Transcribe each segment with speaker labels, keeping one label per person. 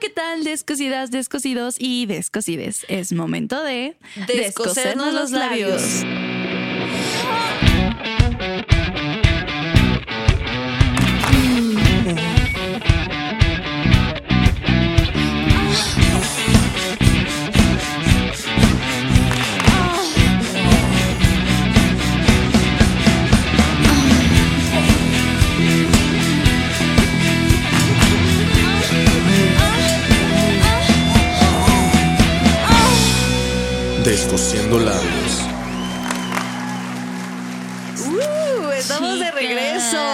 Speaker 1: ¿qué tal? Descosidas, descosidos y descosides. Es momento de
Speaker 2: Descosernos los labios.
Speaker 3: Descosiendo labios.
Speaker 2: ¡Uh! Estamos de
Speaker 1: Chica.
Speaker 2: regreso.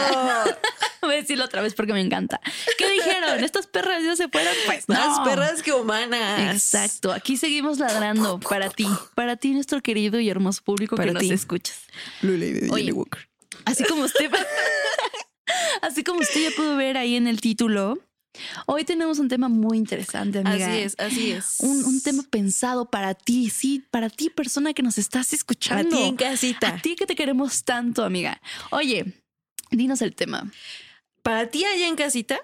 Speaker 1: Voy a decirlo otra vez porque me encanta. ¿Qué dijeron? ¿Estas perras ya se fueron? Pues no.
Speaker 2: Más perras que humanas.
Speaker 1: Exacto. Aquí seguimos ladrando para ti. Para ti, nuestro querido y hermoso público
Speaker 2: Para
Speaker 1: que
Speaker 2: ti.
Speaker 1: nos escuchas.
Speaker 2: Lula y de
Speaker 1: Oye.
Speaker 2: Johnny Walker.
Speaker 1: Así como usted. Así como usted ya pudo ver ahí en el título, hoy tenemos un tema muy interesante, amiga.
Speaker 2: Así es, así es.
Speaker 1: Un, un tema pensado para ti, sí, para ti, persona que nos estás
Speaker 2: para
Speaker 1: escuchando.
Speaker 2: ti en casita.
Speaker 1: A ti que te queremos tanto, amiga. Oye, dinos el tema.
Speaker 2: Para ti allá en casita.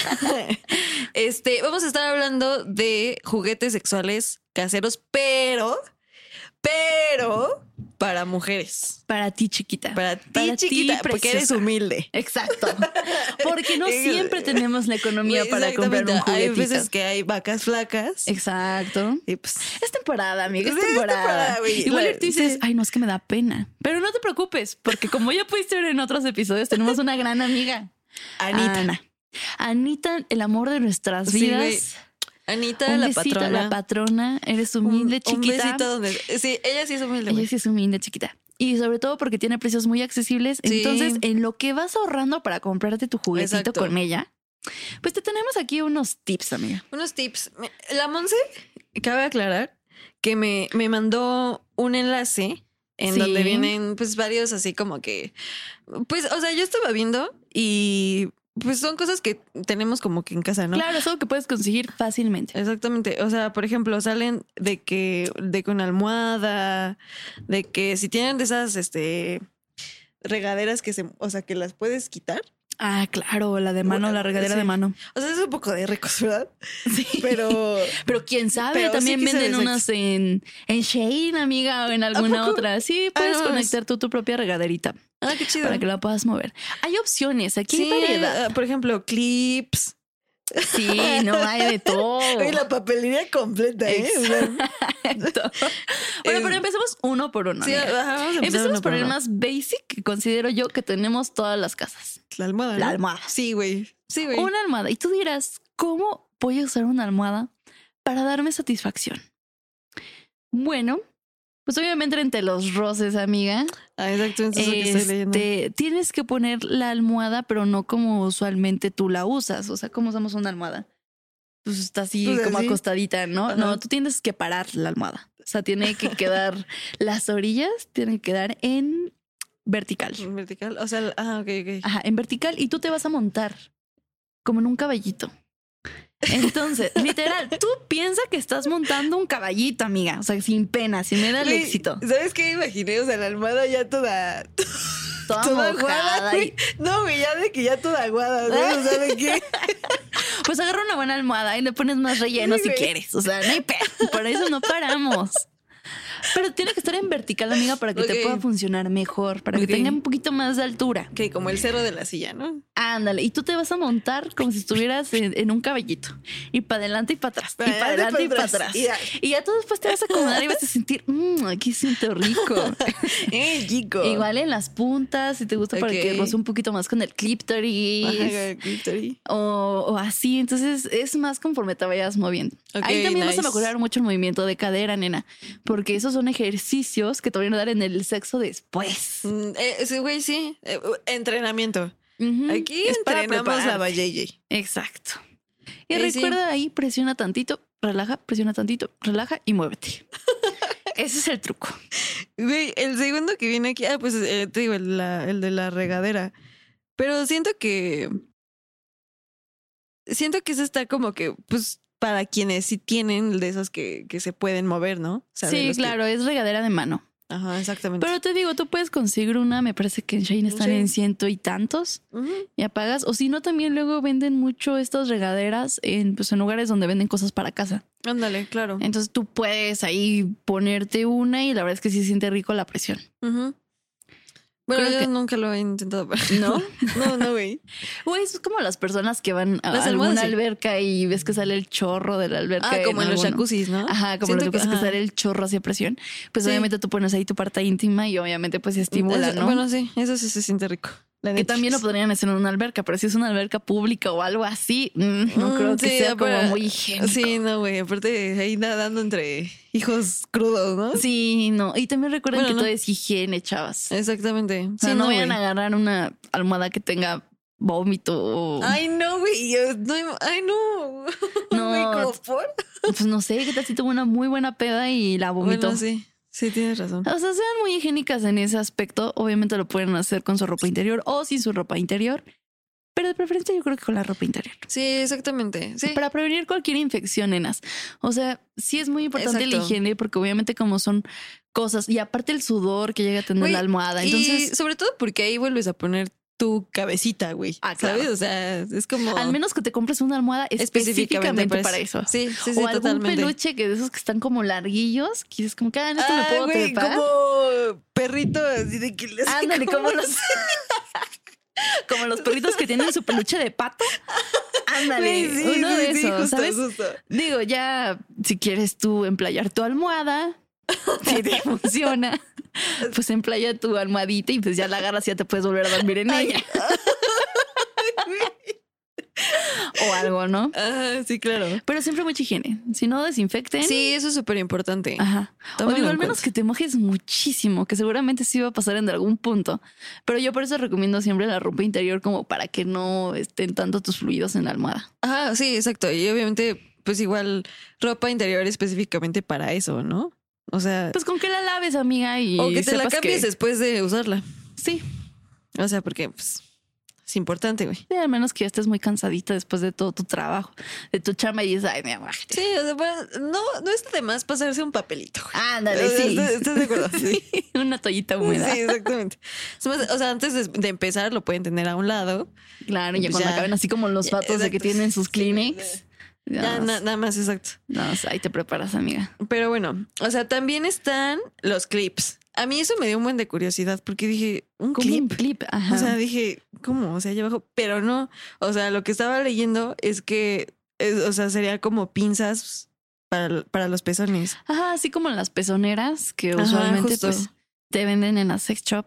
Speaker 2: este, vamos a estar hablando de juguetes sexuales caseros, pero, pero para mujeres.
Speaker 1: Para ti, chiquita.
Speaker 2: Para ti,
Speaker 1: Para ti,
Speaker 2: chiquita, porque eres
Speaker 1: preciosa.
Speaker 2: humilde.
Speaker 1: Exacto. Porque no siempre tenemos la economía para comprar
Speaker 2: Exactamente.
Speaker 1: un
Speaker 2: Hay
Speaker 1: juguetito.
Speaker 2: veces que hay vacas flacas.
Speaker 1: Exacto.
Speaker 2: Y pues,
Speaker 1: Es temporada, amiga, es
Speaker 2: Sí, es
Speaker 1: temporada.
Speaker 2: temporada, güey.
Speaker 1: Igual
Speaker 2: La-
Speaker 1: tú dices,
Speaker 2: sí.
Speaker 1: ay, no, es que me da pena. Pero no te preocupes, porque como ya pudiste ver en otros episodios, tenemos una gran amiga.
Speaker 2: Anita.
Speaker 1: Ana. Anita, el amor de nuestras
Speaker 2: Sí, güey.
Speaker 1: vidas.
Speaker 2: Anita,
Speaker 1: Ah, un
Speaker 2: la
Speaker 1: besito a
Speaker 2: patrona.
Speaker 1: la patrona. Eres
Speaker 2: Un-
Speaker 1: humilde,
Speaker 2: un
Speaker 1: chiquita.
Speaker 2: besito donde. Sí, ella sí es humilde.
Speaker 1: Ella
Speaker 2: güey.
Speaker 1: sí es humilde, chiquita. Y sobre todo porque tiene precios muy accesibles.
Speaker 2: Sí.
Speaker 1: Entonces, en lo que vas ahorrando para comprarte tu juguetito
Speaker 2: Exacto.
Speaker 1: con ella, pues te tenemos aquí unos tips, amiga.
Speaker 2: Unos tips. Me- La Monse, cabe aclarar que me, me mandó un enlace en
Speaker 1: Sí.
Speaker 2: donde vienen pues varios así como que, pues, o sea, yo estaba viendo y pues son cosas que tenemos como que en casa, ¿no?
Speaker 1: Claro, es algo que puedes conseguir fácilmente.
Speaker 2: Exactamente, o sea, por ejemplo, salen de que de con almohada, de que si tienen de esas este regaderas que se, o sea, que las puedes quitar.
Speaker 1: Ah, claro, la de mano,
Speaker 2: Bueno,
Speaker 1: la regadera
Speaker 2: sí.
Speaker 1: de mano.
Speaker 2: O sea, es un poco de ricos, ¿verdad? Pero
Speaker 1: Pero quién sabe,
Speaker 2: Pero sí
Speaker 1: también
Speaker 2: quise
Speaker 1: venden
Speaker 2: decir-
Speaker 1: unas en, en Shane, amiga, o en alguna
Speaker 2: poco? Ah.
Speaker 1: otra. Sí, puedes
Speaker 2: no mames.
Speaker 1: conectar tú tu propia regaderita
Speaker 2: ah, qué chido.
Speaker 1: para que la puedas mover. Hay opciones, aquí hay
Speaker 2: Sí,
Speaker 1: variedad.
Speaker 2: ah, por ejemplo, clips,
Speaker 1: Sí, no hay de todo.
Speaker 2: Oye, la papelería completa, ¿eh? O sea,
Speaker 1: Exacto. bueno, pero empecemos uno por uno.
Speaker 2: Eh, sí,
Speaker 1: amiga.
Speaker 2: ajá, vamos a empezar
Speaker 1: Empecemos
Speaker 2: uno
Speaker 1: por el
Speaker 2: uno.
Speaker 1: más basic que considero yo que tenemos todas las casas.
Speaker 2: La almohada.
Speaker 1: La
Speaker 2: ¿no?
Speaker 1: almohada.
Speaker 2: Sí, güey. Sí, güey.
Speaker 1: Una almohada. Y tú dirás, ¿cómo voy a usar una almohada para darme satisfacción? Bueno, pues obviamente entre los roces, amiga,
Speaker 2: Ah, exacto, entonces es lo que estoy leyendo.
Speaker 1: este, tienes que poner la almohada, pero no como usualmente tú la usas. O sea, ¿cómo usamos una almohada? Pues está así
Speaker 2: Pues
Speaker 1: como
Speaker 2: así.
Speaker 1: acostadita, ¿no?
Speaker 2: Ajá.
Speaker 1: No, tú tienes que parar la almohada. O sea, tiene que quedar, las orillas tienen que quedar en vertical.
Speaker 2: En Vertical. O sea, el- ah, ok, ok.
Speaker 1: Ajá, en vertical y tú te vas a montar como en un caballito. Entonces, literal, tú piensa que estás montando un caballito, amiga. O sea, sin pena, sin miedo al
Speaker 2: Güey,
Speaker 1: éxito.
Speaker 2: ¿Sabes qué? Imaginé, o sea, la almohada ya toda.
Speaker 1: Toda
Speaker 2: Toda
Speaker 1: mojada
Speaker 2: aguada.
Speaker 1: y-
Speaker 2: güey. No, güey, ya de que ya toda aguada. ¿no? O sea, de que.
Speaker 1: Pues agarra una buena almohada y le pones más relleno
Speaker 2: Sí,
Speaker 1: si
Speaker 2: güey.
Speaker 1: quieres. O sea, no hay pedo. Por eso no paramos. Pero tiene que estar en vertical, amiga, para que
Speaker 2: Ok.
Speaker 1: te pueda funcionar mejor, para que
Speaker 2: Ok.
Speaker 1: tenga un poquito más de altura.
Speaker 2: Que como el cerro de la silla, ¿no?
Speaker 1: Ándale, y tú te vas a montar como si estuvieras en, en un caballito. Y para adelante y para atrás. y para adelante y para atrás.
Speaker 2: Y ya.
Speaker 1: Y ya tú después te vas a acomodar y vas a sentir, mmm, aquí siento rico.
Speaker 2: ¡Eh, chico!
Speaker 1: Igual en las puntas, si te gusta para que
Speaker 2: Ok.
Speaker 1: roce un poquito más con el clítoris.
Speaker 2: Ajá, clítoris.
Speaker 1: o, o así. Entonces es más conforme te vayas moviendo.
Speaker 2: Ok,
Speaker 1: Ahí también vas a
Speaker 2: nice.
Speaker 1: mejorar mucho el movimiento de cadera, nena, porque esos son ejercicios que te van a dar en el sexo después.
Speaker 2: Mm, eh, ese güey, sí. Eh, entrenamiento.
Speaker 1: Ujú,
Speaker 2: Aquí
Speaker 1: es para
Speaker 2: entrenamos la
Speaker 1: prepararte.
Speaker 2: Valley.
Speaker 1: Exacto. Y
Speaker 2: Eh, sí.
Speaker 1: recuerda ahí, presiona tantito, relaja, presiona tantito, relaja y muévete. Ese es el truco.
Speaker 2: Güey, el segundo que viene aquí, ah, pues eh, te digo, el, la- el de la regadera. Pero siento que. Siento que eso está como que, pues, para quienes sí tienen de esos que, que se pueden mover, ¿no? O sea, de
Speaker 1: sí,
Speaker 2: los que-
Speaker 1: claro, es regadera de mano.
Speaker 2: Ajá, exactamente.
Speaker 1: Pero te digo, tú puedes conseguir una, me parece que en Shane están
Speaker 2: Sí.
Speaker 1: en ciento y tantos
Speaker 2: Ujú.
Speaker 1: y apagas. O si no, también luego venden mucho estas regaderas en, pues, en lugares donde venden cosas para casa.
Speaker 2: Ándale, claro.
Speaker 1: Entonces tú puedes ahí ponerte una y la verdad es que sí se siente rico la presión.
Speaker 2: Ujú. Bueno,
Speaker 1: Creo
Speaker 2: yo
Speaker 1: que-
Speaker 2: nunca lo he intentado. pero-
Speaker 1: ¿No?
Speaker 2: No, no, güey.
Speaker 1: O es como las personas que van a
Speaker 2: Las
Speaker 1: alguna
Speaker 2: almohadas, sí.
Speaker 1: alberca y ves que sale el chorro de la alberca.
Speaker 2: Ah, como en los
Speaker 1: alguno.
Speaker 2: jacuzzis, ¿no?
Speaker 1: Ajá, como
Speaker 2: Siento
Speaker 1: lo que pasa es que
Speaker 2: ajá.
Speaker 1: sale el chorro hacia presión. Pues
Speaker 2: Sí.
Speaker 1: obviamente tú pones ahí tu parte íntima y obviamente pues estimula,
Speaker 2: Eso-
Speaker 1: ¿no?
Speaker 2: Bueno, sí, eso sí se siente rico. la
Speaker 1: que
Speaker 2: neta.
Speaker 1: también lo podrían hacer en una alberca, pero si es una alberca pública o algo así, mm, no
Speaker 2: Mm,
Speaker 1: creo que
Speaker 2: sí,
Speaker 1: sea como
Speaker 2: pero-
Speaker 1: muy higiénico.
Speaker 2: Sí, no, güey. Aparte, ahí nadando entre hijos crudos, ¿no?
Speaker 1: Sí, no. Y también recuerden
Speaker 2: Bueno,
Speaker 1: que
Speaker 2: no.
Speaker 1: todo es higiene, chavas.
Speaker 2: Exactamente.
Speaker 1: O sea,
Speaker 2: Sí,
Speaker 1: no,
Speaker 2: no,
Speaker 1: vayan a
Speaker 2: güey.
Speaker 1: agarrar una almohada que tenga vómito o
Speaker 2: Ay, no, güey. yo no im- Ay, no.
Speaker 1: No.
Speaker 2: Güey, ¿cómo por?
Speaker 1: pues no sé, que tal si tuvo una muy buena peda y la vomitó.
Speaker 2: Bueno, sí. Sí, tienes razón.
Speaker 1: O sea, sean muy higiénicas en ese aspecto. Obviamente lo pueden hacer con su ropa interior o sin su ropa interior. Pero de preferencia yo creo que con la ropa interior.
Speaker 2: Sí, exactamente. Sí.
Speaker 1: Para prevenir cualquier infección, nenas. O sea, sí es muy importante la
Speaker 2: Exacto.
Speaker 1: higiene porque obviamente como son cosas y aparte el sudor que llega a tener
Speaker 2: Güey,
Speaker 1: la almohada.
Speaker 2: y
Speaker 1: ah, Entonces,
Speaker 2: sobre todo porque ahí vuelves a poner tu cabecita, güey.
Speaker 1: Ah, claro.
Speaker 2: ¿Sabes? O sea, es como.
Speaker 1: al menos que te compres una almohada específicamente, para eso.
Speaker 2: Sí, sí, sí,
Speaker 1: o algún
Speaker 2: totalmente.
Speaker 1: peluche que de esos que están como larguillos, que es como que ah, en esto me
Speaker 2: Ah,
Speaker 1: puedo
Speaker 2: güey,
Speaker 1: trepar.
Speaker 2: como perrito así de que les
Speaker 1: Ándale, como los. como los perritos que tienen su peluche de pato. Ándale,
Speaker 2: Güey, sí,
Speaker 1: uno
Speaker 2: sí,
Speaker 1: de
Speaker 2: sí,
Speaker 1: esos,
Speaker 2: justo,
Speaker 1: ¿sabes?
Speaker 2: justo.
Speaker 1: Digo, ya si quieres tú emplayar tu almohada, si te funciona, pues emplaya tu almohadita y pues ya la agarras y ya te puedes volver a dormir en ella o algo, ¿no?
Speaker 2: Ajá, sí, claro.
Speaker 1: Pero siempre mucha higiene. Si no desinfecten.
Speaker 2: Sí, eso es súper importante.
Speaker 1: Ajá. o
Speaker 2: Tómalo
Speaker 1: digo,
Speaker 2: en
Speaker 1: al menos
Speaker 2: cuenta.
Speaker 1: que te mojes muchísimo, que seguramente sí va a pasar en algún punto. Pero yo por eso recomiendo siempre la ropa interior como para que no estén tanto tus fluidos en la almohada.
Speaker 2: Ajá, sí, exacto. Y obviamente, pues igual ropa interior específicamente para eso, ¿no? O sea,
Speaker 1: Pues con que la laves, amiga, y
Speaker 2: o Pues que te la
Speaker 1: sepas
Speaker 2: cambies después de usarla.
Speaker 1: Sí,
Speaker 2: O sea, porque pues, es importante, güey.
Speaker 1: sí, al menos que ya estés muy cansadita después de todo tu trabajo, de tu chamba y dices, ay, mi amor.
Speaker 2: Sí, o sea, bueno, no, no está de más pasarse un papelito, güey.
Speaker 1: Ándale,
Speaker 2: O sea,
Speaker 1: sí.
Speaker 2: ¿estás- ¿Estás de acuerdo? Sí.
Speaker 1: Una toallita húmeda.
Speaker 2: Sí, exactamente. Es más, o sea, antes de, de empezar lo pueden tener a un lado.
Speaker 1: Claro, ya
Speaker 2: Pues
Speaker 1: cuando
Speaker 2: ya.
Speaker 1: acaben así como los
Speaker 2: Ya,
Speaker 1: patos de que
Speaker 2: exacto.
Speaker 1: tienen sus Kleenex.
Speaker 2: Ya,
Speaker 1: no,
Speaker 2: na- nada más, exacto.
Speaker 1: ahí te preparas, amiga.
Speaker 2: Pero bueno, o sea, también están los clips. A mí eso me dio un buen de curiosidad porque dije, un
Speaker 1: Como un
Speaker 2: clip.
Speaker 1: clip, ajá.
Speaker 2: O sea, dije, ¿cómo? O sea, allá abajo. Pero no, o sea, lo que estaba leyendo es que, es- o sea, sería como pinzas para, para los pezones.
Speaker 1: Ajá, así como las pezoneras que
Speaker 2: Ajá,
Speaker 1: usualmente
Speaker 2: justo.
Speaker 1: pues, te venden en la sex shop.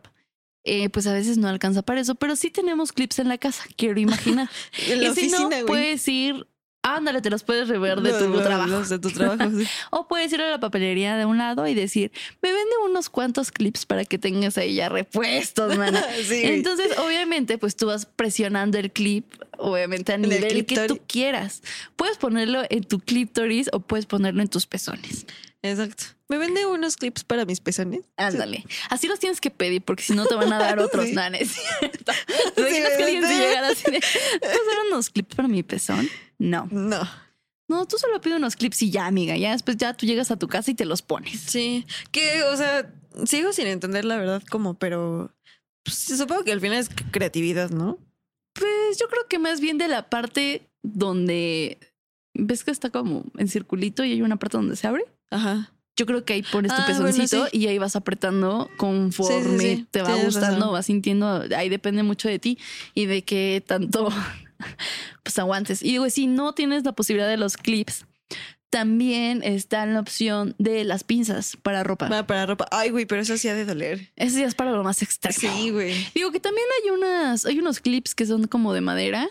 Speaker 1: Eh, pues a veces no alcanza para eso, pero sí tenemos clips en la casa, quiero imaginar.
Speaker 2: En la
Speaker 1: y si
Speaker 2: oficina,
Speaker 1: no,
Speaker 2: güey.
Speaker 1: puedes ir, ándale, te los puedes rever de
Speaker 2: Los-
Speaker 1: tu
Speaker 2: los-
Speaker 1: trabajo.
Speaker 2: los de tu trabajo, sí.
Speaker 1: O puedes ir a la papelería de un lado y decir, me vende unos cuantos clips para que tengas ahí ya repuestos, mana.
Speaker 2: Ah, Sí, güey.
Speaker 1: Entonces, obviamente, pues tú vas presionando el clip, obviamente a
Speaker 2: el
Speaker 1: nivel que tú
Speaker 2: clítoris.
Speaker 1: quieras. Puedes ponerlo en tu clítoris o puedes ponerlo en tus pezones.
Speaker 2: Exacto. Me vende unos clips para mis pezones.
Speaker 1: Ándale. Así los tienes que pedir porque si no te van a dar otros
Speaker 2: Sí.
Speaker 1: nanes. ¿Te imaginas
Speaker 2: Sí,
Speaker 1: que alguien se
Speaker 2: ¿verdad?
Speaker 1: llegara así de, ¿puedes hacer unos clips para mi pezón? No.
Speaker 2: No.
Speaker 1: No, tú solo pides unos clips y ya, amiga. Ya después ya tú llegas a tu casa y te los pones.
Speaker 2: Sí. Que, o sea, sigo sin entender la verdad cómo, pero pues, supongo que al final es creatividad, ¿no?
Speaker 1: Pues yo creo que más bien de la parte donde ves que está como en circulito y hay una parte donde se abre.
Speaker 2: Ajá.
Speaker 1: Yo creo que ahí pones tu
Speaker 2: Ah, bueno,
Speaker 1: pezoncito
Speaker 2: sí.
Speaker 1: y ahí vas apretando conforme
Speaker 2: Sí, sí, sí.
Speaker 1: te va
Speaker 2: Tienes
Speaker 1: gustando,
Speaker 2: razón.
Speaker 1: vas sintiendo. Ahí depende mucho de ti y de qué tanto pues aguantes. Y digo, si no tienes la posibilidad de los clips, también está la opción de las pinzas para ropa.
Speaker 2: Va para ropa. Ay, güey, pero eso sí ha de doler.
Speaker 1: Eso ya es para lo más extremo.
Speaker 2: Sí, güey.
Speaker 1: Digo que también hay unas, hay unos clips que son como de madera.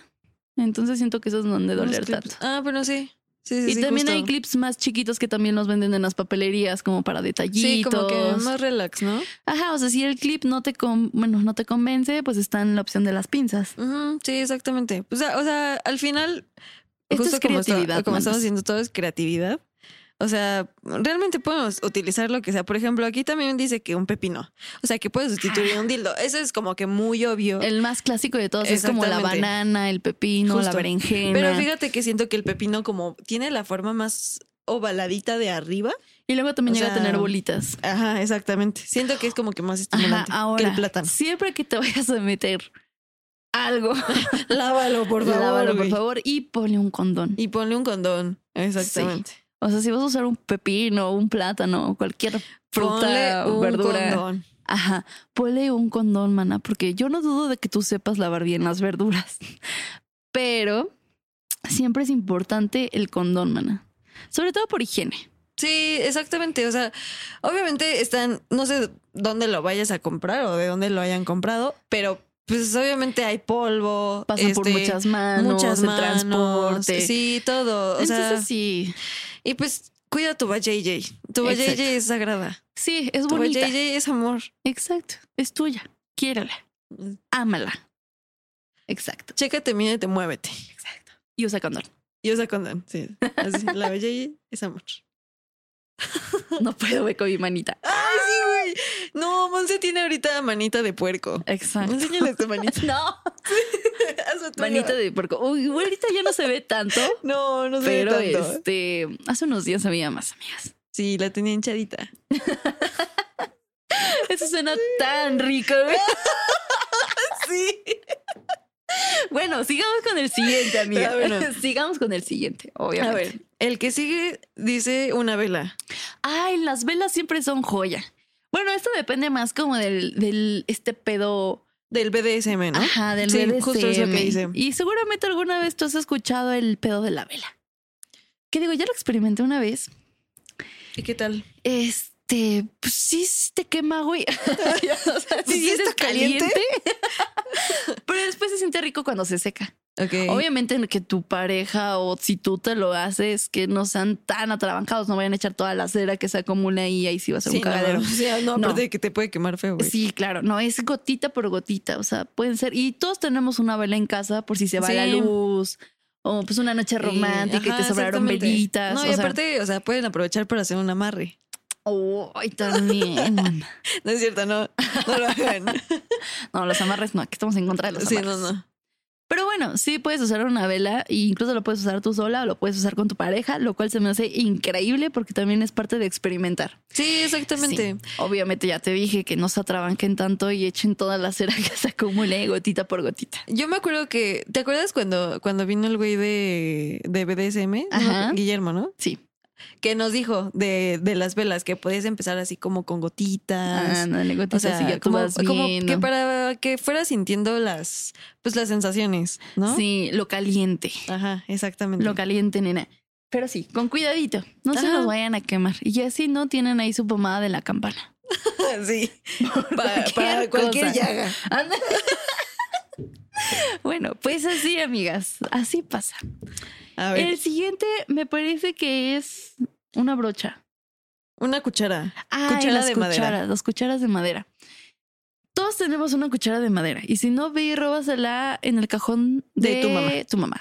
Speaker 1: Entonces siento que esos no han de
Speaker 2: Unos
Speaker 1: doler
Speaker 2: clips.
Speaker 1: tanto.
Speaker 2: Ah, pero sí. Sí, sí,
Speaker 1: Y
Speaker 2: sí,
Speaker 1: también
Speaker 2: justo.
Speaker 1: hay clips más chiquitos que también los venden en las papelerías, como para detallitos.
Speaker 2: Sí, como que más relax, ¿no?
Speaker 1: Ajá, o sea, si el clip no te con- bueno, no te convence, pues está en la opción de las pinzas.
Speaker 2: Ujú, sí, exactamente. O sea, o sea, al final,
Speaker 1: Esto
Speaker 2: justo
Speaker 1: es
Speaker 2: como, está-
Speaker 1: creatividad,
Speaker 2: como estamos
Speaker 1: manos.
Speaker 2: diciendo todo es creatividad. O sea, realmente podemos utilizar lo que sea. Por ejemplo, aquí también dice que un pepino. O sea, que puedes sustituir un dildo. Eso es como que muy obvio.
Speaker 1: El más clásico de todos es como la
Speaker 2: Exactamente.
Speaker 1: banana, el pepino, la
Speaker 2: Justo.
Speaker 1: berenjena.
Speaker 2: Pero fíjate que siento que el pepino como tiene la forma más ovaladita de arriba.
Speaker 1: Y luego también
Speaker 2: O
Speaker 1: llega a
Speaker 2: sea,
Speaker 1: tener bolitas.
Speaker 2: Ajá, exactamente. Siento que es como que más
Speaker 1: Ajá,
Speaker 2: estimulante
Speaker 1: ahora,
Speaker 2: que el plátano.
Speaker 1: siempre que te vayas a meter algo,
Speaker 2: Lávalo, por favor.
Speaker 1: lávalo, por
Speaker 2: güey.
Speaker 1: favor, y ponle un condón.
Speaker 2: Y ponle un condón. Exactamente.
Speaker 1: O sea, si vas a usar un pepino, un plátano, o cualquier fruta
Speaker 2: Ponle
Speaker 1: o
Speaker 2: un
Speaker 1: verdura,
Speaker 2: condón.
Speaker 1: ajá, ponle un condón, mana, porque yo no dudo de que tú sepas lavar bien las verduras, pero siempre es importante el condón, mana. Sobre todo por higiene.
Speaker 2: Sí, exactamente. O sea, obviamente están, no sé dónde lo vayas a comprar o de dónde lo hayan comprado, pero pues obviamente hay polvo.
Speaker 1: Pasan por
Speaker 2: este,
Speaker 1: muchas manos,
Speaker 2: muchas
Speaker 1: el
Speaker 2: manos,
Speaker 1: transporte.
Speaker 2: Sí, todo. O sea,
Speaker 1: Entonces sí,
Speaker 2: y pues cuida tu JJ. Tu
Speaker 1: Exacto.
Speaker 2: JJ es sagrada.
Speaker 1: sí, es
Speaker 2: Tu
Speaker 1: bonita.
Speaker 2: JJ es amor.
Speaker 1: Exacto, es tuya. Quiérala,
Speaker 2: Mm.
Speaker 1: ámala. Exacto,
Speaker 2: Chécate, mírate, muévete.
Speaker 1: exacto. Y usa condón.
Speaker 2: Y usa condón. Sí. Así, la JJ es amor.
Speaker 1: No puedo, güey, con mi manita.
Speaker 2: ¡Ay, sí, güey! No, Monse tiene ahorita manita de puerco.
Speaker 1: Exacto.
Speaker 2: Enséñale tu manita.
Speaker 1: No.
Speaker 2: Haz la tuya.
Speaker 1: Manita de puerco. Uy, güey, ahorita ya no se ve tanto,
Speaker 2: No, no sé
Speaker 1: pero
Speaker 2: tanto.
Speaker 1: este, hace unos días había más, amigas.
Speaker 2: Sí, la tenía hinchadita.
Speaker 1: Eso suena tan rico. güey.
Speaker 2: Sí.
Speaker 1: Bueno, sigamos con el siguiente, amiga.
Speaker 2: Ah, bueno.
Speaker 1: Sigamos con el siguiente,
Speaker 2: A
Speaker 1: obviamente.
Speaker 2: ver, el que sigue dice una vela.
Speaker 1: Ay, las velas siempre son joya. Bueno, esto depende más como del, del este pedo
Speaker 2: Del BDSM, ¿no?
Speaker 1: Ajá, del
Speaker 2: Sí, justo es lo que
Speaker 1: BDSM.
Speaker 2: dice.
Speaker 1: Y seguramente alguna vez tú has escuchado el pedo de la vela. Que digo, ya lo experimenté una vez.
Speaker 2: ¿Y qué tal?
Speaker 1: Este, pues sí sí te quema, güey. o sea, sí
Speaker 2: ¿Sí
Speaker 1: sientes
Speaker 2: está caliente?
Speaker 1: Pero después se siente rico cuando se seca.
Speaker 2: Ok.
Speaker 1: Obviamente que tu pareja o si tú te lo haces, que no sean tan atrabancados, no vayan a echar toda la cera que se acumula ahí, ahí sí va a ser
Speaker 2: Sí,
Speaker 1: un
Speaker 2: no,
Speaker 1: cagadero.
Speaker 2: o sea, no,
Speaker 1: No.
Speaker 2: aparte de que te puede quemar feo, güey.
Speaker 1: Sí, claro, no, es gotita por gotita, o sea, pueden ser, y todos tenemos una vela en casa por si se va la
Speaker 2: Sí.
Speaker 1: luz, o pues una noche romántica y
Speaker 2: Eh, Ajá,
Speaker 1: te sobraron
Speaker 2: exactamente.
Speaker 1: velitas.
Speaker 2: No,
Speaker 1: o
Speaker 2: y
Speaker 1: sea,
Speaker 2: aparte, o sea, pueden aprovechar para hacer un amarre.
Speaker 1: Ay, también. mana.
Speaker 2: No es cierto, no, no lo hagan.
Speaker 1: no, los amarres no, aquí estamos en contra de los
Speaker 2: sí,
Speaker 1: amarres.
Speaker 2: no, no.
Speaker 1: Pero bueno, sí puedes usar una vela, e incluso lo puedes usar tú sola o lo puedes usar con tu pareja, lo cual se me hace increíble porque también es parte de experimentar.
Speaker 2: Sí, exactamente.
Speaker 1: Sí, obviamente ya te dije que no se atrabanquen tanto y echen toda la cera que se acumule gotita por gotita.
Speaker 2: Yo me acuerdo que, ¿te acuerdas cuando, cuando vino el güey de, de BDSM? No me
Speaker 1: Ajá.
Speaker 2: acuerdo, Guillermo, ¿no?
Speaker 1: Sí.
Speaker 2: Que nos dijo de, de las velas, que podías empezar así como con gotitas.
Speaker 1: ah, Ándale,
Speaker 2: Ah, o
Speaker 1: gotitas y ya
Speaker 2: sea,
Speaker 1: tú
Speaker 2: como,
Speaker 1: vas
Speaker 2: como que
Speaker 1: viendo.
Speaker 2: para que fueras sintiendo las, pues las sensaciones, ¿no?
Speaker 1: Sí, lo caliente.
Speaker 2: Ajá, exactamente.
Speaker 1: Lo caliente, nena. Pero sí, con cuidadito. No se
Speaker 2: Ajá.
Speaker 1: los vayan a quemar. Y así no tienen ahí su pomada de la campana.
Speaker 2: sí. Para,
Speaker 1: cualquier
Speaker 2: para cualquier
Speaker 1: cosa.
Speaker 2: llaga.
Speaker 1: Anda. bueno, pues así, amigas. Así pasa.
Speaker 2: A ver,
Speaker 1: El siguiente me parece que es una brocha.
Speaker 2: una cuchara.
Speaker 1: Ay,
Speaker 2: Cuchara
Speaker 1: las
Speaker 2: de madera.
Speaker 1: cucharas, las cucharas de madera. Todos tenemos una cuchara de madera. Y si no, ve y róbasela en el cajón de,
Speaker 2: De tu mamá.
Speaker 1: Tu mamá.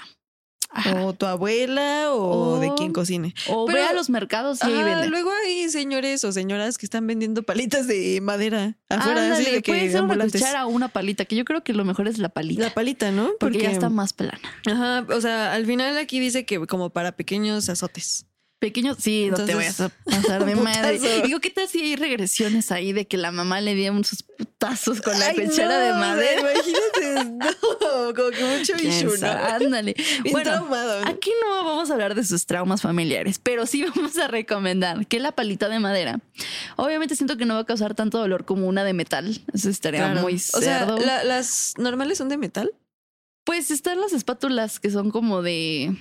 Speaker 1: Ajá.
Speaker 2: O tu abuela o,
Speaker 1: O-
Speaker 2: de quien cocine.
Speaker 1: O ve
Speaker 2: Pero-
Speaker 1: a los mercados y ahí
Speaker 2: Ah,
Speaker 1: venden.
Speaker 2: luego hay señores o señoras que están vendiendo palitas de madera afuera. así
Speaker 1: Ándale,
Speaker 2: de que
Speaker 1: puede ser una
Speaker 2: ambulantes.
Speaker 1: cuchara o una palita, que yo creo que lo mejor es la palita.
Speaker 2: La palita, ¿no?
Speaker 1: porque ya está más plana.
Speaker 2: Ajá, o sea, al final aquí dice que como para pequeños azotes.
Speaker 1: Pequeño, sí, no te vayas
Speaker 2: Entonces-
Speaker 1: a pasar de
Speaker 2: Putazo.
Speaker 1: madre. Digo, ¿qué tal si hay regresiones ahí de que la mamá le dio sus putazos con la
Speaker 2: Ay,
Speaker 1: cuchara
Speaker 2: no,
Speaker 1: de madera?
Speaker 2: Imagínate, no, como que mucho
Speaker 1: ¿Quién
Speaker 2: bichu, ¿no?
Speaker 1: sabe? Ándale.
Speaker 2: Bien
Speaker 1: Bueno, ah,
Speaker 2: traumado.
Speaker 1: aquí no vamos a hablar de sus traumas familiares, pero sí vamos a recomendar que la palita de madera, obviamente siento que no va a causar tanto dolor como una de metal. Eso estaría
Speaker 2: Claro.
Speaker 1: muy
Speaker 2: O sea,
Speaker 1: cerdo.
Speaker 2: la- las normales son de metal,
Speaker 1: Pues están las espátulas que son como de.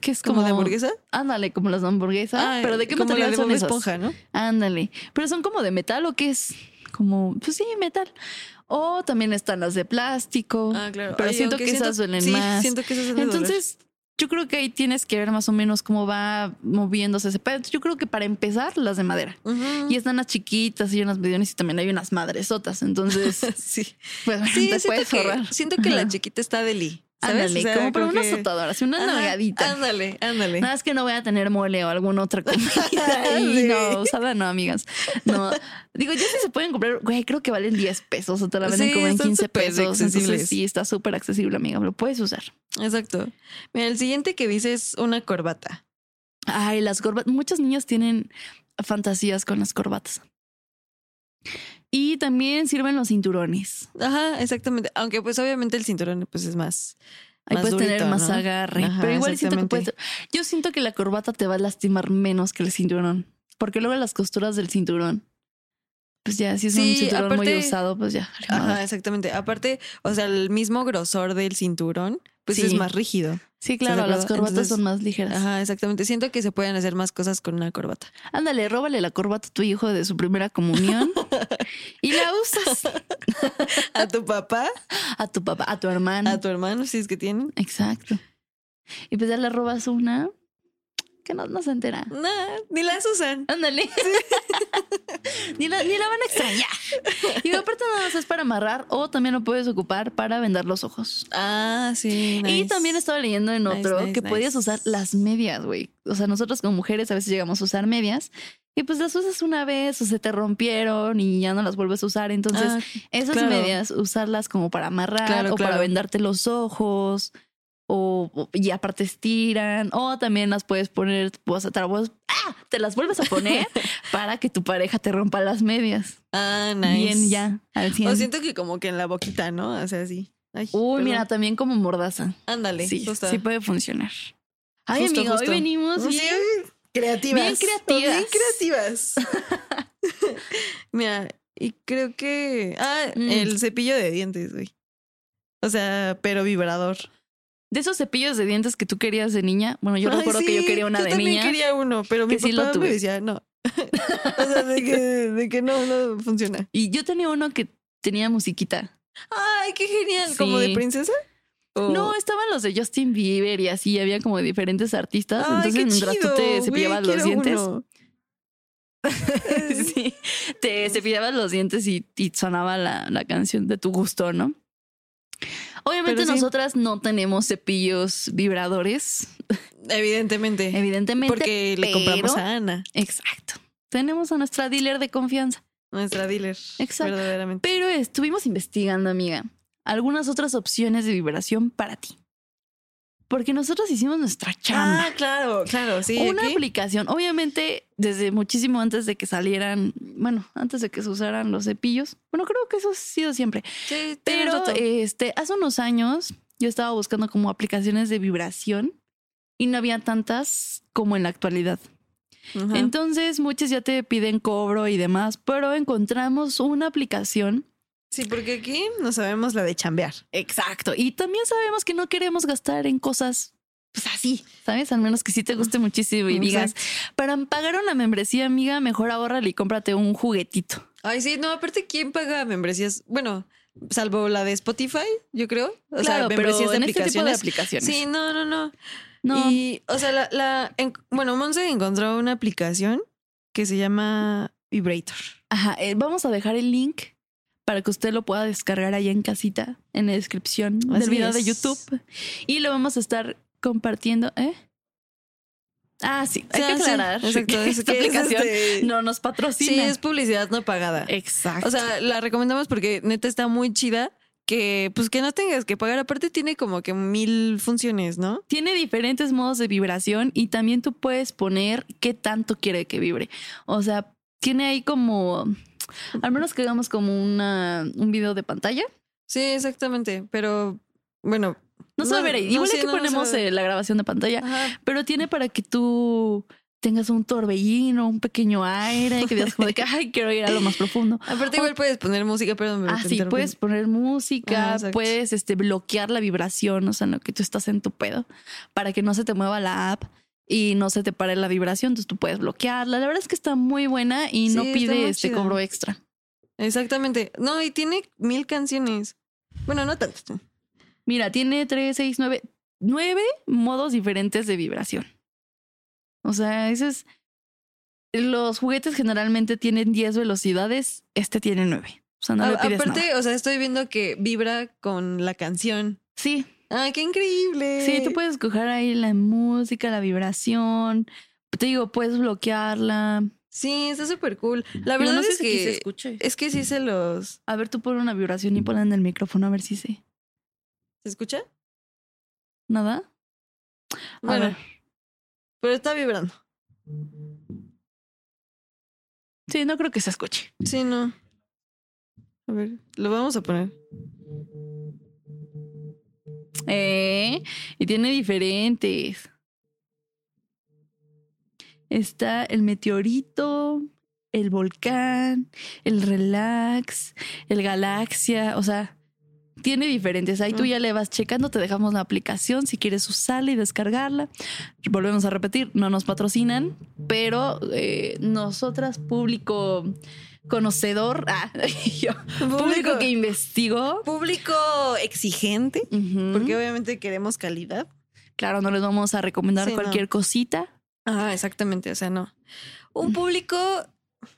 Speaker 1: que es
Speaker 2: como de hamburguesa.
Speaker 1: Ándale, como las hamburguesas.
Speaker 2: Ah,
Speaker 1: pero ¿de qué
Speaker 2: como la
Speaker 1: material
Speaker 2: de
Speaker 1: son
Speaker 2: Bob
Speaker 1: esas?
Speaker 2: esponja, ¿no?
Speaker 1: Ándale. Pero son como de metal o qué es? Como, pues sí, metal. O también están las de plástico.
Speaker 2: Ah, claro.
Speaker 1: Pero
Speaker 2: Ay,
Speaker 1: siento
Speaker 2: aunque
Speaker 1: que esas duelen
Speaker 2: sí,
Speaker 1: más.
Speaker 2: Siento que esas son de dolor.
Speaker 1: Entonces, yo creo que ahí tienes que ver más o menos cómo va moviéndose ese pedo. Yo creo que para empezar, las de madera.
Speaker 2: Ujú.
Speaker 1: Y están las chiquitas y unas mediones y también hay unas madresotas. Entonces,
Speaker 2: sí.
Speaker 1: pues bueno,
Speaker 2: Sí,
Speaker 1: te
Speaker 2: siento
Speaker 1: puedes
Speaker 2: que,
Speaker 1: ahorrar.
Speaker 2: siento que la
Speaker 1: Ajá.
Speaker 2: chiquita está de Lee. ¿sabes?
Speaker 1: Ándale,
Speaker 2: O sea,
Speaker 1: como para una
Speaker 2: que-
Speaker 1: azotadora, así una
Speaker 2: Ajá,
Speaker 1: nalgadita. Ah.
Speaker 2: Ándale, ándale.
Speaker 1: Nada es que no voy a tener mole o alguna otra comida. Y
Speaker 2: Sí.
Speaker 1: no, usada no, amigas. No. Digo, ya sí se pueden comprar, güey, creo que valen 10 pesos o te la venden
Speaker 2: Sí,
Speaker 1: como en
Speaker 2: están
Speaker 1: 15
Speaker 2: súper
Speaker 1: pesos. Entonces
Speaker 2: accesibles.
Speaker 1: sí, está súper accesible, amiga. Lo puedes usar.
Speaker 2: Exacto. Mira, el siguiente que dice es una corbata.
Speaker 1: Ay, las corbatas. Muchas niñas tienen fantasías con las corbatas. Y también sirven los cinturones.
Speaker 2: Ajá, exactamente. Aunque pues obviamente el cinturón pues es más...
Speaker 1: Ahí
Speaker 2: más
Speaker 1: puedes tener
Speaker 2: durito,
Speaker 1: más
Speaker 2: ¿no?
Speaker 1: agarre.
Speaker 2: Ajá,
Speaker 1: pero igual siento que
Speaker 2: exactamente.
Speaker 1: puedes. Yo siento que la corbata te va a lastimar menos que el cinturón. Porque luego las costuras del cinturón. Pues ya, si es un
Speaker 2: Sí,
Speaker 1: cinturón muy
Speaker 2: aparte-
Speaker 1: usado, pues ya. vale madre.
Speaker 2: Ajá, exactamente. Aparte, o sea, el mismo grosor del cinturón pues
Speaker 1: Sí.
Speaker 2: es más rígido.
Speaker 1: Sí, claro,
Speaker 2: de
Speaker 1: las
Speaker 2: acuerdo?
Speaker 1: corbatas
Speaker 2: Entonces-
Speaker 1: son más ligeras.
Speaker 2: Ajá, exactamente. Siento que se pueden hacer más cosas con una corbata.
Speaker 1: Ándale, róbale la corbata a tu hijo de su primera comunión y la usas
Speaker 2: A tu papá,
Speaker 1: a tu papá, a tu hermana.
Speaker 2: a tu hermano, si es que tienen.
Speaker 1: Exacto. Y pues ya le robas una que no, no se entera.
Speaker 2: Nah, ni las usan.
Speaker 1: Ándale. ni, la, ni la van a extrañar. Y aparte nada más es para amarrar o también lo puedes ocupar para vendar los ojos.
Speaker 2: Ah, sí.
Speaker 1: Y
Speaker 2: nice.
Speaker 1: también estaba leyendo en
Speaker 2: Nice,
Speaker 1: otro
Speaker 2: nice,
Speaker 1: que
Speaker 2: nice.
Speaker 1: podías usar las medias, güey. O sea, nosotros como mujeres a veces llegamos a usar medias y pues las usas una vez o se te rompieron y ya no las vuelves a usar. Entonces,
Speaker 2: Ah,
Speaker 1: esas
Speaker 2: claro.
Speaker 1: medias usarlas como para amarrar
Speaker 2: Claro,
Speaker 1: o para
Speaker 2: claro.
Speaker 1: vendarte los ojos o, o- y aparte estiran o también las puedes poner, o sea, te, las vuelves- ¡ah! te las vuelves a poner para que tu pareja te rompa las medias.
Speaker 2: ah, nice.
Speaker 1: Bien ya, al 100.
Speaker 2: O siento que como que en la boquita, ¿no? O sea, así.
Speaker 1: Uy,
Speaker 2: Ay, perdón.
Speaker 1: mira, también como mordaza.
Speaker 2: Ándale.
Speaker 1: Sí,
Speaker 2: justo.
Speaker 1: sí puede funcionar. Ay,
Speaker 2: Justo,
Speaker 1: amiga, hoy
Speaker 2: justo.
Speaker 1: venimos
Speaker 2: Sí,
Speaker 1: bien.
Speaker 2: creativas.
Speaker 1: Bien creativas.
Speaker 2: Bien creativas. Mira, y creo que. Ah,
Speaker 1: Mm.
Speaker 2: el cepillo de dientes, güey. O sea, pero vibrador.
Speaker 1: De esos cepillos de dientes que tú querías de niña, bueno, yo
Speaker 2: Ay,
Speaker 1: recuerdo que yo
Speaker 2: sí,
Speaker 1: quería una de
Speaker 2: también
Speaker 1: niña.
Speaker 2: quería uno, pero mi
Speaker 1: que sí lo
Speaker 2: papá
Speaker 1: tuve.
Speaker 2: me decía no. o sea, de que, de que no, no funciona.
Speaker 1: Y yo tenía uno que tenía musiquita.
Speaker 2: Ay, qué genial.
Speaker 1: Sí.
Speaker 2: ¿Como de princesa? ¿O-
Speaker 1: No, estaban los de Justin Bieber y así, había como diferentes artistas.
Speaker 2: Ay,
Speaker 1: Entonces,
Speaker 2: qué
Speaker 1: mientras tú
Speaker 2: chido,
Speaker 1: te
Speaker 2: güey,
Speaker 1: cepillabas los
Speaker 2: quiero
Speaker 1: dientes,
Speaker 2: uno.
Speaker 1: sí, te cepillabas los dientes y, y sonaba la, la canción de tu gusto, ¿no? Obviamente
Speaker 2: Pero sí.
Speaker 1: nosotras no tenemos cepillos vibradores,
Speaker 2: Evidentemente.
Speaker 1: evidentemente.
Speaker 2: Porque le compramos
Speaker 1: pero-
Speaker 2: a Ana,
Speaker 1: Exacto. Tenemos a nuestra dealer de confianza.
Speaker 2: nuestra dealer.
Speaker 1: Exacto.
Speaker 2: Verdaderamente.
Speaker 1: Pero estuvimos investigando, amiga, algunas otras opciones de vibración para ti. Porque nosotros hicimos nuestra chamba.
Speaker 2: Ah, claro, claro, sí.
Speaker 1: una
Speaker 2: aquí.
Speaker 1: aplicación, obviamente, desde muchísimo antes de que salieran, bueno, antes de que se usaran los cepillos. Bueno, creo que eso ha sido siempre.
Speaker 2: Sí, tiene un
Speaker 1: Pero
Speaker 2: rato.
Speaker 1: este, hace unos años yo estaba buscando como aplicaciones de vibración y no había tantas como en la actualidad.
Speaker 2: Ajá.
Speaker 1: Entonces, muchas ya te piden cobro y demás, pero encontramos una aplicación.
Speaker 2: sí, porque aquí no sabemos la de chambear.
Speaker 1: Exacto. Y también sabemos que no queremos gastar en cosas pues así, ¿sabes? Al menos que sí te guste muchísimo y digas,
Speaker 2: Ah, Exacto.
Speaker 1: Para pagar una membresía, amiga, mejor ahorrale y cómprate un juguetito.
Speaker 2: Ay, sí, no, aparte, ¿quién paga membresías? Bueno, salvo la de Spotify, yo creo. O sea,
Speaker 1: claro, pero
Speaker 2: membresías de
Speaker 1: en este tipo de aplicaciones.
Speaker 2: aplicaciones. Sí, no, no, no.
Speaker 1: no,
Speaker 2: Y, o sea, la, la en- bueno, Monse encontró una aplicación que se llama Vibrator.
Speaker 1: ajá, eh, vamos a dejar el link para que usted lo pueda descargar allá en casita, en la descripción del
Speaker 2: Así
Speaker 1: video de
Speaker 2: es.
Speaker 1: YouTube. Y lo vamos a estar compartiendo, ¿eh? Ah, sí, hay
Speaker 2: O
Speaker 1: que
Speaker 2: sea, sí,
Speaker 1: aclarar
Speaker 2: exacto,
Speaker 1: que
Speaker 2: es
Speaker 1: esta
Speaker 2: que es
Speaker 1: aplicación
Speaker 2: este-
Speaker 1: no nos
Speaker 2: Sí,
Speaker 1: patrocina.
Speaker 2: es publicidad no pagada.
Speaker 1: Exacto.
Speaker 2: O sea, la recomendamos porque neta está muy chida. Que pues que no tengas que pagar. Aparte, tiene como que mil funciones, ¿no?
Speaker 1: Tiene diferentes modos de vibración y también tú puedes poner qué tanto quiere que vibre. O sea, tiene ahí como, al menos que hagamos como una, un video de pantalla.
Speaker 2: Sí, exactamente. Pero bueno.
Speaker 1: No se va a
Speaker 2: No,
Speaker 1: ver ahí.
Speaker 2: no,
Speaker 1: Igual
Speaker 2: sí,
Speaker 1: aquí
Speaker 2: no, no se
Speaker 1: ponemos
Speaker 2: va a ver. Ah.
Speaker 1: eh, la grabación de pantalla,
Speaker 2: ajá.
Speaker 1: pero tiene para que tú tengas un torbellino, un pequeño aire, que digas como de que, ay, quiero ir a lo más profundo.
Speaker 2: Aparte, igual puedes poner música, perdón. pero te
Speaker 1: Así
Speaker 2: interrumpí.
Speaker 1: Ah, puedes poner música,
Speaker 2: Ah, exacto.
Speaker 1: puedes este, bloquear la vibración, o sea, en lo que tú estás en tu pedo, para que no se te mueva la app y no se te pare la vibración, entonces tú puedes bloquearla. La verdad es que está muy buena y no
Speaker 2: Sí, está
Speaker 1: pide
Speaker 2: muy
Speaker 1: este
Speaker 2: chida.
Speaker 1: cobro extra.
Speaker 2: Exactamente. No, y tiene mil canciones. Bueno, no tantas.
Speaker 1: Mira, tiene tres, seis, nueve, nueve modos diferentes de vibración. O sea, ese es. Los juguetes generalmente tienen 10 velocidades, este tiene nueve. O sea, no
Speaker 2: A-
Speaker 1: le pides
Speaker 2: aparte,
Speaker 1: nada.
Speaker 2: o sea, estoy viendo que vibra con la canción.
Speaker 1: Sí,
Speaker 2: Ah, qué increíble.
Speaker 1: Sí, tú puedes escoger ahí la música, la vibración. Te digo, puedes bloquearla.
Speaker 2: Sí, está súper cool. La
Speaker 1: Pero
Speaker 2: verdad
Speaker 1: no sé
Speaker 2: es
Speaker 1: si aquí se
Speaker 2: que
Speaker 1: escuche.
Speaker 2: es que sí se los
Speaker 1: A ver, tú pon una vibración y ponla en el micrófono a ver si se.
Speaker 2: ¿Se escucha?
Speaker 1: ¿Nada? A
Speaker 2: Bueno,
Speaker 1: ver.
Speaker 2: Pero está vibrando.
Speaker 1: Sí, no creo que se escuche.
Speaker 2: Sí, no. A ver, lo vamos a poner.
Speaker 1: Eh, y tiene diferentes. Está el meteorito, el volcán, el relax, el galaxia, o sea, tiene diferentes. Ahí tú
Speaker 2: Mm.
Speaker 1: ya le vas checando, te dejamos la aplicación si quieres usarla y descargarla. Volvemos a repetir, no nos patrocinan, pero eh, nosotras, público conocedor, ah, yo, público que investigó.
Speaker 2: público exigente,
Speaker 1: Ujú.
Speaker 2: porque obviamente queremos calidad.
Speaker 1: Claro, no les vamos a recomendar
Speaker 2: Sí, no.
Speaker 1: cualquier cosita.
Speaker 2: Ah, exactamente, o sea, no. Un
Speaker 1: Mm.
Speaker 2: público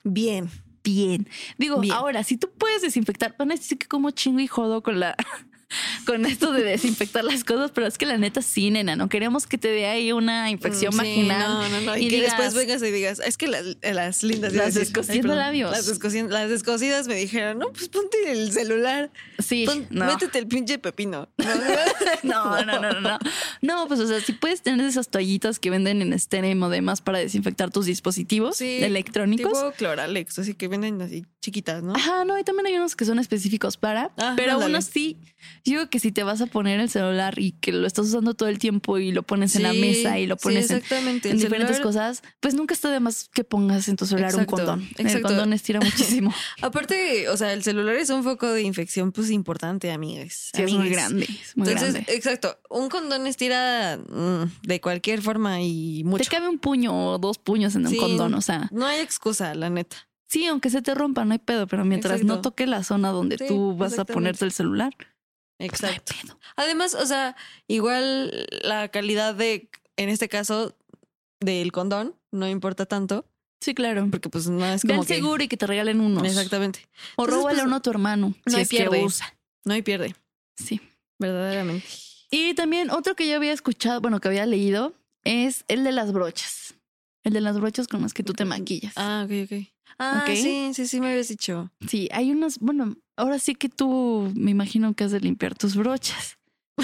Speaker 2: bien.
Speaker 1: Bien. Digo,
Speaker 2: Bien.
Speaker 1: ahora, si tú puedes desinfectar, van a decir que como chingo y jodo con la. Con esto de desinfectar las cosas, pero es que la neta sí, nena, no queremos que te dé ahí una infección
Speaker 2: Mm, sí,
Speaker 1: vaginal.
Speaker 2: No, no, no. Y,
Speaker 1: y
Speaker 2: que
Speaker 1: digas-
Speaker 2: después vengas y digas, es que las, eh, las lindas. iba a
Speaker 1: Las
Speaker 2: decir,
Speaker 1: descosiendo
Speaker 2: ay, perdón,
Speaker 1: labios.
Speaker 2: Las, descosien- las descosidas me dijeron, no, pues ponte el celular.
Speaker 1: Sí,
Speaker 2: pon-
Speaker 1: no.
Speaker 2: Métete el pinche pepino.
Speaker 1: No, no, no, no, no. No, pues o sea, si puedes tener esas toallitas que venden en Stereo y demás para desinfectar tus dispositivos
Speaker 2: Sí,
Speaker 1: electrónicos.
Speaker 2: Tipo cloralex, así que venden así chiquitas, ¿no?
Speaker 1: Ajá, no, y también hay unos que son específicos para,
Speaker 2: Ah,
Speaker 1: pero
Speaker 2: ándale.
Speaker 1: aún así, yo digo que si te vas a poner el celular y que lo estás usando todo el tiempo y lo pones en la
Speaker 2: Sí,
Speaker 1: mesa y lo
Speaker 2: sí,
Speaker 1: pones en,
Speaker 2: exactamente.
Speaker 1: en
Speaker 2: El
Speaker 1: diferentes
Speaker 2: celular-
Speaker 1: cosas, pues nunca está de más que pongas en tu celular
Speaker 2: Exacto,
Speaker 1: un condón. El
Speaker 2: exacto.
Speaker 1: condón estira muchísimo.
Speaker 2: Aparte, o sea, el celular es un foco de infección, pues importante, amigas.
Speaker 1: Sí, es muy
Speaker 2: amigues.
Speaker 1: grande, es muy
Speaker 2: Entonces,
Speaker 1: grande.
Speaker 2: exacto, un condón estira mm, de cualquier forma y
Speaker 1: Te
Speaker 2: mucho.
Speaker 1: cabe un puño o dos puños en un
Speaker 2: Sí.
Speaker 1: condón, o sea,
Speaker 2: No hay excusa, la neta.
Speaker 1: sí, aunque se te rompa, no hay pedo, pero mientras no
Speaker 2: Exacto.
Speaker 1: toque la zona donde
Speaker 2: Sí,
Speaker 1: tú vas a
Speaker 2: exactamente.
Speaker 1: ponerte el celular, pues no hay
Speaker 2: Exacto.
Speaker 1: pedo.
Speaker 2: Además, o sea, igual la calidad de, en este caso, del condón no importa tanto,
Speaker 1: Sí, claro.
Speaker 2: porque pues no es
Speaker 1: Ven
Speaker 2: como que...
Speaker 1: seguro y que te regalen unos.
Speaker 2: Exactamente.
Speaker 1: O
Speaker 2: Entonces,
Speaker 1: róbale
Speaker 2: pues,
Speaker 1: uno a tu hermano,
Speaker 2: no
Speaker 1: si
Speaker 2: hay
Speaker 1: es que
Speaker 2: pierde.
Speaker 1: usa.
Speaker 2: No hay pierde,
Speaker 1: Sí.
Speaker 2: verdaderamente.
Speaker 1: Y también otro que yo había escuchado, bueno, que había leído, es el de las brochas. El de las brochas con las que tú te maquillas.
Speaker 2: Ah, ok, ok. Ah,
Speaker 1: Ok.
Speaker 2: sí, sí, sí me habías dicho.
Speaker 1: Sí, hay unas, bueno, ahora sí que tú me imagino que has de limpiar tus brochas.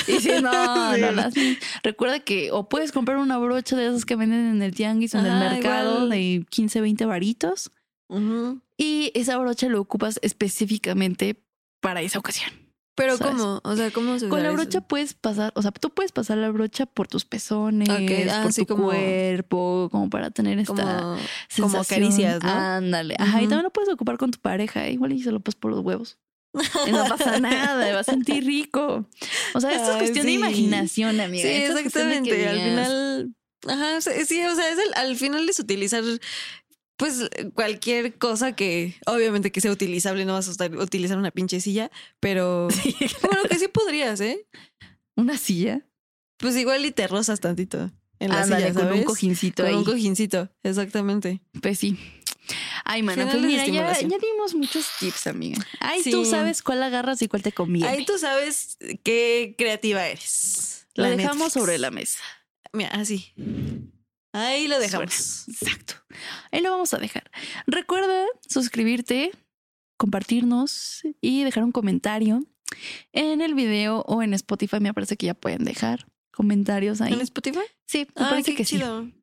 Speaker 1: Y si no,
Speaker 2: Sí.
Speaker 1: no las lim- Recuerda que o puedes comprar una brocha de esas que venden en el tianguis o en el
Speaker 2: Ajá,
Speaker 1: mercado
Speaker 2: igual.
Speaker 1: de 15, 20 varitos.
Speaker 2: Ujú.
Speaker 1: Y esa brocha la ocupas específicamente para esa ocasión.
Speaker 2: Pero
Speaker 1: ¿Sabes?
Speaker 2: ¿cómo? O sea, ¿cómo se
Speaker 1: Con la
Speaker 2: usa eso?
Speaker 1: brocha puedes pasar, o sea, tú puedes pasar la brocha por tus pezones,
Speaker 2: Ok, ah,
Speaker 1: por
Speaker 2: sí,
Speaker 1: tu
Speaker 2: como-
Speaker 1: cuerpo, como para tener
Speaker 2: Como,
Speaker 1: esta
Speaker 2: como
Speaker 1: sensación.
Speaker 2: caricias, ¿no?
Speaker 1: Ándale. Ajá, y
Speaker 2: Ujú.
Speaker 1: también lo puedes ocupar con tu pareja, ¿eh? igual y se lo pasas por los huevos. Y no pasa nada, va a sentir rico. O sea, esto es
Speaker 2: Ay,
Speaker 1: cuestión de
Speaker 2: sí.
Speaker 1: imaginación, amiga.
Speaker 2: Sí,
Speaker 1: Esto es cuestión de que
Speaker 2: exactamente. Al
Speaker 1: digas,
Speaker 2: final. Ajá, o sea, sí, o sea, es el- al final es utilizar, pues, cualquier cosa que, obviamente, que sea utilizable, no vas a usar- utilizar una pinche silla, pero. Bueno, que sí podrías, ¿eh?
Speaker 1: Una silla.
Speaker 2: Pues igual y te rozas tantito en la
Speaker 1: Ándale,
Speaker 2: silla,
Speaker 1: con
Speaker 2: ¿sabes?
Speaker 1: un cojincito
Speaker 2: Con
Speaker 1: ahí.
Speaker 2: un cojincito, exactamente.
Speaker 1: Pues sí. Ay, mana, pues
Speaker 2: Finales de
Speaker 1: mira, ya,
Speaker 2: estimulación.
Speaker 1: ya dimos muchos tips, amiga. Ay, tú
Speaker 2: Sí.
Speaker 1: sabes cuál agarras y cuál te conviene.
Speaker 2: Ahí tú sabes qué creativa eres.
Speaker 1: lo
Speaker 2: La
Speaker 1: dejamos
Speaker 2: Netflix.
Speaker 1: sobre la mesa.
Speaker 2: Mira, así. Ahí lo dejamos.
Speaker 1: Exacto. Ahí lo vamos a dejar. Recuerda suscribirte, compartirnos y dejar un comentario en el video o en Spotify. Me parece que ya pueden dejar comentarios ahí.
Speaker 2: ¿En Spotify?
Speaker 1: Sí, me
Speaker 2: Ah,
Speaker 1: parece
Speaker 2: qué
Speaker 1: que
Speaker 2: chido.
Speaker 1: sí.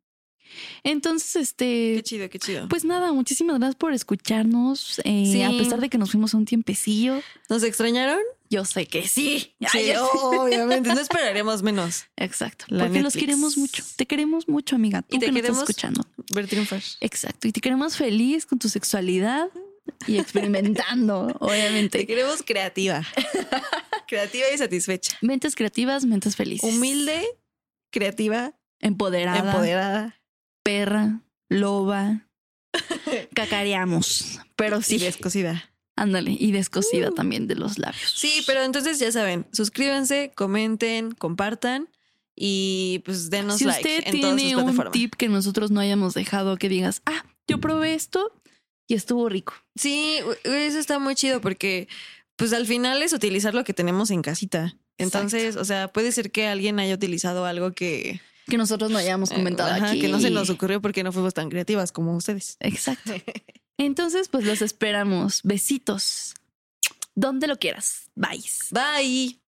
Speaker 1: Entonces,
Speaker 2: Qué
Speaker 1: este,
Speaker 2: chido, qué chido.
Speaker 1: pues nada, muchísimas gracias por escucharnos. eh,
Speaker 2: Sí.
Speaker 1: A pesar de que nos fuimos un tiempecillo,
Speaker 2: ¿Nos extrañaron?
Speaker 1: yo sé que sí. Ay,
Speaker 2: Sí, obviamente. No esperaríamos menos
Speaker 1: Exacto.
Speaker 2: La
Speaker 1: porque los
Speaker 2: Netflix.
Speaker 1: queremos mucho. Te queremos mucho, amiga. Tú
Speaker 2: Y te
Speaker 1: que nos estás
Speaker 2: queremos-
Speaker 1: escuchando.
Speaker 2: ver triunfar.
Speaker 1: Exacto. Y te queremos feliz con tu sexualidad y experimentando,
Speaker 2: Te
Speaker 1: obviamente.
Speaker 2: queremos creativa. creativa y satisfecha.
Speaker 1: Mentes creativas, mentes felices.
Speaker 2: Humilde, creativa,
Speaker 1: Empoderada.
Speaker 2: empoderada.
Speaker 1: Perra. Loba. Cacareamos. Pero
Speaker 2: Sí,
Speaker 1: sí.
Speaker 2: descosida.
Speaker 1: Ándale. Y descosida
Speaker 2: Uh.
Speaker 1: también de los labios.
Speaker 2: Sí, pero entonces ya saben, suscríbanse, comenten, compartan y pues denos
Speaker 1: Si
Speaker 2: like
Speaker 1: usted
Speaker 2: en todas sus
Speaker 1: tiene un
Speaker 2: plataformas.
Speaker 1: tip que nosotros no hayamos dejado, que digas, ah, yo probé esto y estuvo rico.
Speaker 2: Sí, u- eso está muy chido porque pues al final es utilizar lo que tenemos en casita. Entonces, o sea, puede ser que alguien haya utilizado algo que
Speaker 1: Que nosotros no hayamos comentado
Speaker 2: Eh, Ajá,
Speaker 1: aquí.
Speaker 2: Que no se nos ocurrió porque no fuimos tan creativas como ustedes.
Speaker 1: Exacto. Entonces, pues los esperamos. Besitos. Donde lo quieras. Bye.
Speaker 2: Bye.